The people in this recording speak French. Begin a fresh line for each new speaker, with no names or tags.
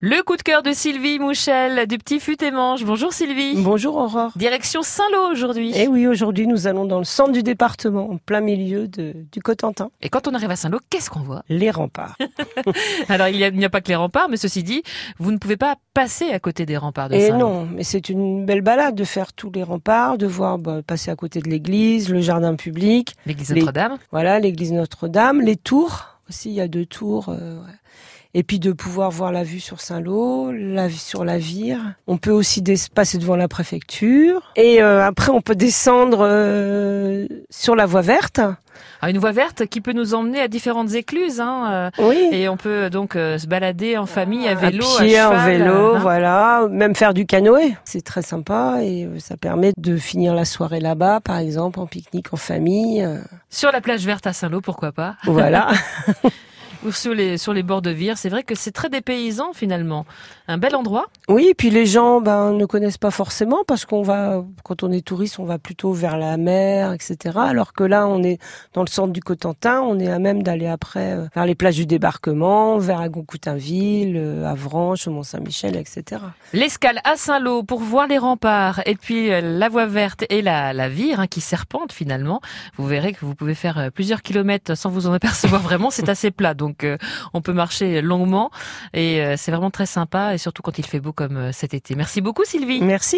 Le coup de cœur de Sylvie Mouchel du Petit Fut et Mange. Bonjour Sylvie.
Bonjour Aurore.
Direction Saint-Lô aujourd'hui.
Eh oui, aujourd'hui nous allons dans le centre du département, en plein milieu de- du Cotentin.
Et quand on arrive à Saint-Lô, qu'est-ce qu'on voit
Les remparts.
Alors il y a- il n'y a, pas que les remparts, mais ceci dit, vous ne pouvez pas passer à côté des remparts de
Et
Saint-Lô.
Eh non, mais c'est une belle balade de faire tous les remparts, de voir bah, passer à côté de l'église, le jardin public,
L'église
Les-
Notre-Dame.
voilà l'église Notre-Dame, les tours aussi, il y a deux tours. euh, ouais. Et puis de pouvoir voir la vue sur Saint-Lô, la vue sur la Vire. On peut aussi des- passer devant la préfecture. Et euh, après, on peut descendre euh, sur la voie verte.
Ah, une voie verte qui peut nous emmener à différentes écluses. hein,
Oui.
euh, Et on peut donc euh, se balader en famille, à
à
vélo, à,
pied, en
cheval,
vélo,
hein.
voilà, même faire du canoë. C'est très sympa et euh, ça permet de finir la soirée là-bas, par exemple, en pique-nique, en famille. euh,
Sur la plage verte à Saint-Lô, pourquoi pas
voilà.
Ou sur les, sur les bords de Vire. C'est vrai que c'est très dépaysant finalement. Un bel endroit.
Oui, et puis les gens ben, ne connaissent pas forcément parce qu'on va, quand on est touriste, on va plutôt vers la mer, etc. Alors que là, on est dans le centre du Cotentin, on est à même d'aller après euh, vers les plages du débarquement, vers Agoncoutainville, euh, Avranches, Mont-Saint-Michel, etc.
L'escale à Saint-Lô pour voir les remparts et puis euh, la voie verte et la, la vire hein, qui serpente finalement. Vous verrez que vous pouvez faire euh, plusieurs kilomètres sans vous en apercevoir vraiment. C'est assez plat donc euh, on peut marcher longuement et euh, c'est vraiment très sympa et surtout quand il fait beau comme euh, cet été. Merci beaucoup Sylvie.
Merci.